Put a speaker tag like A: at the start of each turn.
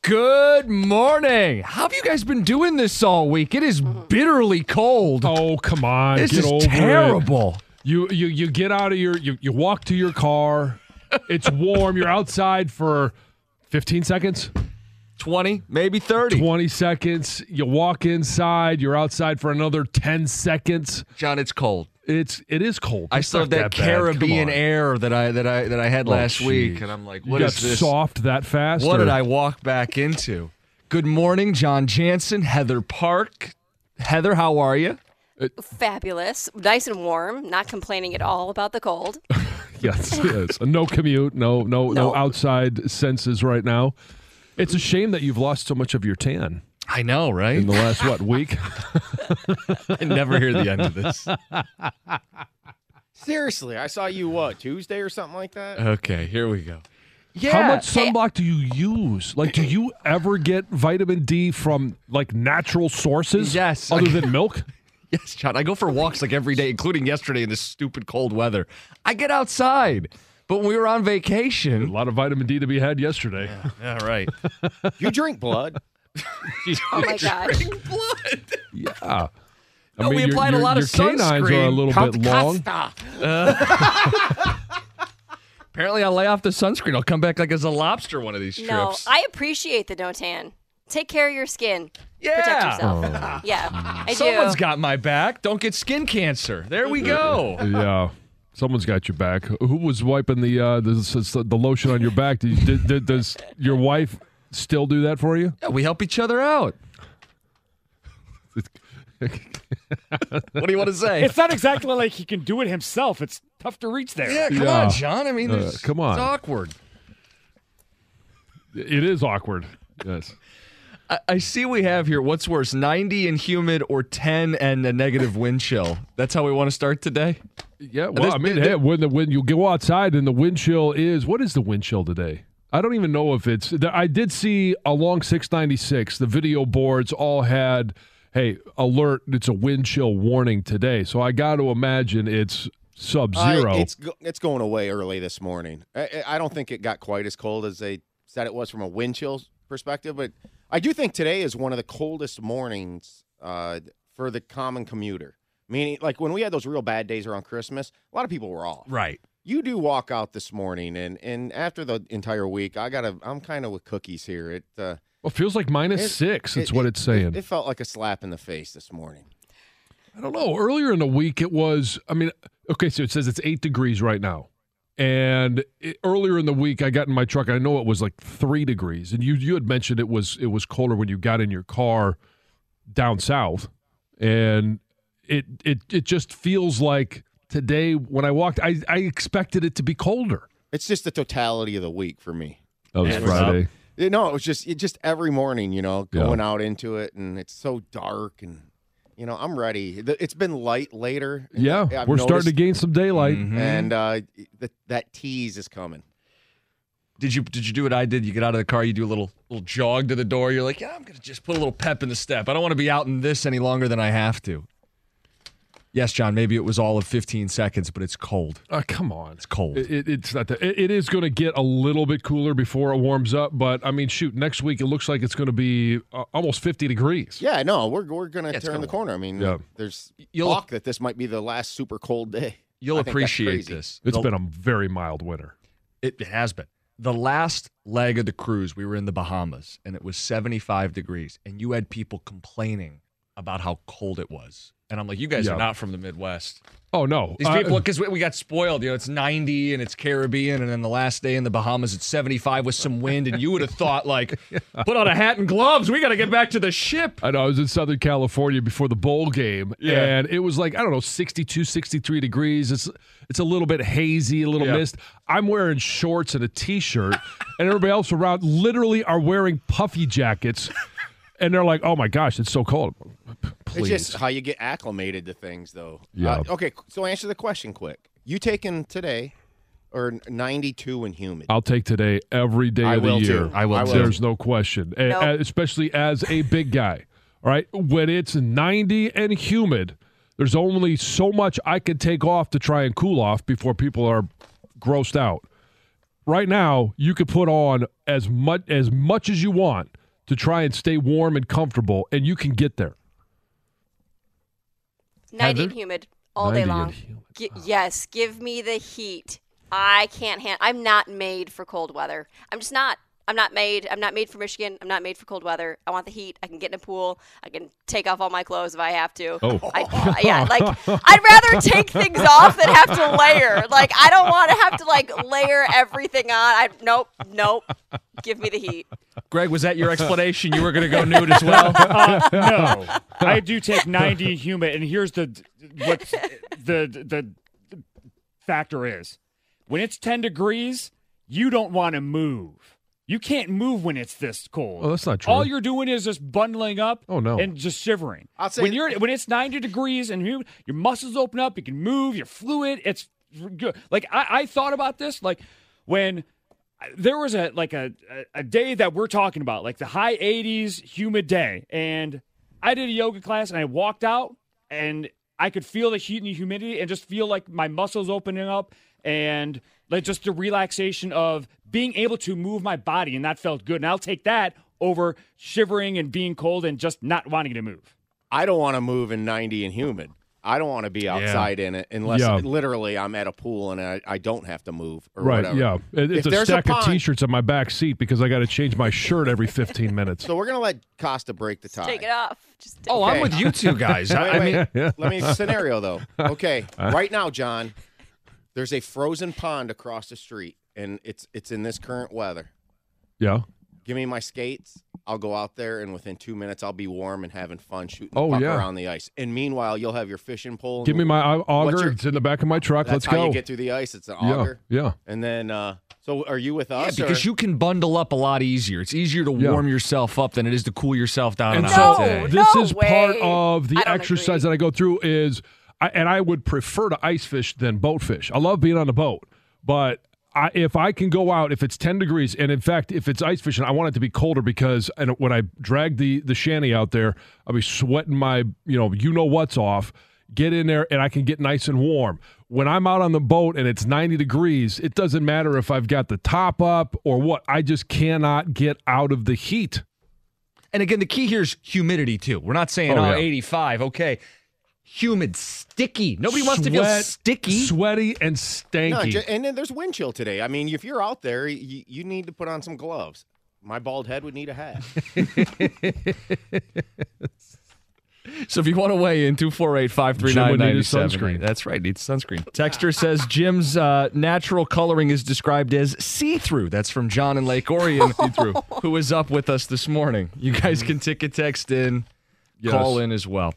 A: Good morning. How have you guys been doing this all week? It is bitterly cold.
B: Oh, come on.
A: this
B: get
A: is
B: over it.
A: terrible.
B: You you you get out of your you, you walk to your car. It's warm. You're outside for 15 seconds,
A: 20, maybe 30.
B: 20 seconds. You walk inside. You're outside for another 10 seconds.
A: John, it's cold.
B: It's it is cold.
A: I
B: It's
A: still have
B: not
A: that,
B: bad. Come
A: Caribbean
B: on.
A: air that I that I that I had
B: Oh,
A: last week
B: jeez.
A: and I'm like,
B: You
A: what
B: got
A: is this?
B: soft that fast?
A: What
B: or-
A: did I walk back into? Good morning, John Jansen, Heather Park. Heather, how are you?
C: Fabulous. Nice and warm. Not complaining at all about the cold.
B: Yes, yes. No commute. No, no, no,
C: No.
B: outside senses right now. It's a shame that you've lost so much of your tan
A: I know, right?
B: in the last what week?
A: I never hear the end of this.
D: Seriously, I saw you what Tuesday or something like that.
A: Okay, here we go. Yeah.
B: How much sunblock do you use? Like, do you ever get vitamin D from like natural sources?
A: Yes.
B: Other than milk?
A: Yes, John. I go for walks like every day, including yesterday in this stupid cold weather. I get outside, but when we were on
B: A
A: vacation.
B: lot of vitamin D to be had yesterday.
A: Yeah, right.
D: You drink blood.
C: Oh my gosh.
A: blood.
B: Ah. I
A: No, we
B: your-
A: applied a
B: your,
A: lot
B: your
A: of
B: canines are a
A: sunscreen
B: little bit long.
A: Ah. Apparently, I lay off the sunscreen. I'll come back like as a lobster one of these trips.
C: No, I appreciate the no tan. Take care of your skin. Protect
A: Yeah. Oh.
C: yourself. Yeah, I
A: Someone's
C: do.
A: got my back. Don't get skin cancer. There we go.
B: Yeah. Someone's got your back. Who was wiping the uh, the, the lotion on your back? Did, did, did, does your wife still do that for you?
A: Yeah, we help each other out. What do you want to say?
E: It's not exactly like he can do it himself. It's tough to reach there.
A: yeah, come
B: Yeah.
A: on, John. I mean,
B: Uh,
A: it's,
B: come on.
A: it's awkward.
B: It is awkward. Yes.
A: I, I see we have here what's worse, 90 and humid or 10 and a negative wind chill. That's how we want to start today?
B: Yeah. Well,
A: This-
B: I mean,
A: thi-
B: hey, when the, when you go outside and the wind chill is what is the wind chill today? I don't even know if it's. th- I did see along 696, the video boards all had, hey, alert! It's a wind chill warning today. So I got to imagine it's sub
D: I-
B: zero.
D: Uh, it's go- it's going away early this morning. I, I- I don't think it got quite as cold as they said it was from a wind chill perspective, but I do think today is one of the coldest mornings uh, for the common commuter. Meaning, like when we had those real bad days around Christmas, a lot of people were off.
A: Right.
D: You do walk out this morning, and and after the entire week, I gotta. I'm kind of with cookies here. It. Uh,
B: well, it feels like minus
D: it-
B: six. It's
D: it-
B: what
D: it-
B: it's saying.
D: It, it felt like a slap in the face this morning.
B: I don't know. Earlier in the week, it was. I mean, okay, so it says it's eight degrees right now, and it, earlier in the week, I got in my truck. I know it was like three degrees, and you you had mentioned it was it was colder when you got in your car down south, and it it it just feels like today when I walked, I I expected it to be colder.
D: It's just the totality of the week for me.
B: That was
D: uh,
A: Yeah.
B: Friday.
D: You know, it was just it just every morning, you know,
B: Yeah.
D: going out into it, and it's so dark, and you know, I'm ready. The- It's been light later. and
B: Yeah,
D: I- I've
B: we're starting to mm-hmm.
D: noticed,
B: gain some daylight.
D: and uh, the, that tease is coming.
A: Did you did you do what I did? You get out of the car, you do a little little jog to the door. You're like, yeah, I'm gonna just put a little pep in the step. I don't want to be out in this any longer than I have to. Yes, John. Maybe it was all of 15 seconds, but it's cold.
B: Uh, come on, it's
A: cold.
B: It, it- it's not that. It, it is going to get a little bit cooler before it warms up, but I mean, shoot, next week it looks like it's going to be uh, almost fifty degrees.
D: Yeah, no, we're we're gonna
A: it's
D: turn
A: gonna
D: the corner. I mean,
B: Yeah.
D: there's
A: You'll-
D: talk that this might be the last super cold day.
A: You'll
D: I think that's
A: appreciate
D: crazy.
A: this.
B: It's
A: The-
B: been a very mild winter.
A: It has been. The last leg of the cruise, we were in the Bahamas and it was 75 degrees, and you had people complaining about how cold it was. And I'm like, you guys
B: Yeah.
A: are not from the Midwest.
B: Oh no,
A: These
B: Uh,
A: people, because we, we got spoiled, you know, it's 90 and it's Caribbean, and then the last day in the Bahamas, it's 75 with some wind, and you would have thought, like, put on a hat and gloves. We got to get back to the ship.
B: I know. I was in Southern California before the bowl game,
A: Yeah.
B: and it was like I don't know, 62, 63 degrees. It's it's a little bit hazy, a little
A: Yeah.
B: mist. I'm wearing shorts and a t-shirt, and everybody else around literally are wearing puffy jackets, and they're like, "Oh my gosh, it's so cold." Please,
D: It's just how you get acclimated to things, though.
B: Yeah.
D: Uh, okay, so answer the question quick. You taking today or 92 and humid?
B: I'll take today every day
D: I
B: of the
D: will
B: year.
D: too. I will I too. will.
B: There's no question, A-
C: Nope.
B: a- especially as a big guy. All right, when it's 90 and humid, there's only so much I can take off to try and cool off before people are grossed out. right now you could put on as much as much as you want to try and stay warm and comfortable, and you can get there.
C: Night and
B: Heather?
C: humid all
B: 90
C: day
B: and
C: long.
B: humid. Ah.
C: Gi- yes, give me the heat. I can't handle. I'm not made for cold weather. I'm just not. I'm not made. I'm not made for Michigan. I'm not made for cold weather. I want the heat. I can get in a pool. I can take off all my clothes if I have to.
B: Oh.
C: I, yeah, like I'd rather take things off than have to layer. Like I don't want to have to like layer everything on. I nope, nope. Give me the heat.
A: Greg, was that your explanation? You were going to go nude as well?
E: no, I do take 90 and humid, and here's the what the the the factor is: when it's 10 degrees, you don't want to move. You can't move when it's this cold.
B: Oh, that's not true.
E: All you're doing is just bundling up.
B: Oh, no.
E: and just shivering.
D: I'll say-
E: when you're when it's 90 degrees and humid, your muscles open up. You can move. You're fluid. It's good. Like I, I thought about this. Like when there was a like a, a a day that we're talking about, like the high 80s, humid day, and I did a yoga class and I walked out and I could feel the heat and the humidity and just feel like my muscles opening up and like just the relaxation of being able to move my body and that felt good. And I'll take that over shivering and being cold and just not wanting to move.
D: I don't want to move in 90 and humid. I don't want to be outside in it unless
B: Yeah.
D: literally I'm at a pool and I, I don't have to move or
B: Right,
D: whatever.
B: yeah. It-
D: If
B: It's a
D: there's a
B: stack of
D: pond-
B: t-shirts on my back seat because I got to change my shirt every 15 minutes.
D: So we're gonna let Costa break the tie.
C: Take it off. Just take
A: Oh, I'm
D: Okay.
A: with you two guys. I,
D: Wait,
A: I
D: wait.
A: mean,
D: Let me scenario though. Okay, right now, John, there's a frozen pond across the street, and it's it's in this current weather.
B: Yeah.
D: Give me my skates. I'll go out there, and within two minutes, I'll be warm and having fun shooting the
B: Oh,
D: puck
B: yeah.
D: around the ice. And meanwhile, you'll have your fishing pole.
B: Give me my au- auger.
D: your-
B: it's in the back of my truck.
D: That's
B: Let's
D: how
B: go.
D: you get through the ice. It's an
B: yeah.
D: auger,
B: Yeah.
D: and then. uh So, are you with
A: yeah,
D: us?
A: because
D: or-
A: you can bundle up a lot easier. It's easier to
B: Oh, Yeah.
A: warm yourself up than it is to cool yourself down
B: And
A: on a
B: so
A: hot day.
C: No,
B: this is part
C: way.
B: of the
C: I don't
B: exercise that I go through is I, and I would prefer to ice fish than boat fish. I love being on the boat, but I, if I can go out, if it's 10 degrees, and in fact, if it's ice fishing, I want it to be colder because and when I drag the, the shanty out there, I'll be sweating my, you know, you know what's off, get in there, and I can get nice and warm. When I'm out on the boat and it's 90 degrees, it doesn't matter if I've got the top up or what. I just cannot get out of the heat.
A: And again, the key here is humidity too. We're not saying
B: Oh,
A: oh,
B: yeah.
A: 85, okay. Humid, sticky. Nobody wants to feel
B: Sweat,
A: sticky.
B: sweaty, and stanky.
D: No, ju- and then there's wind chill today. I mean, if you're out there, you, you need to put on some gloves. My bald head would need a hat.
A: So if you want to weigh in, 248 539
B: Jim would need his sunscreen.
A: That's right, needs sunscreen. Texter says Jim's uh, natural coloring is described as see through. That's from John in Lake Orion, who is up with us this morning. You guys can tick a text in,
B: Yes.
A: call in as well.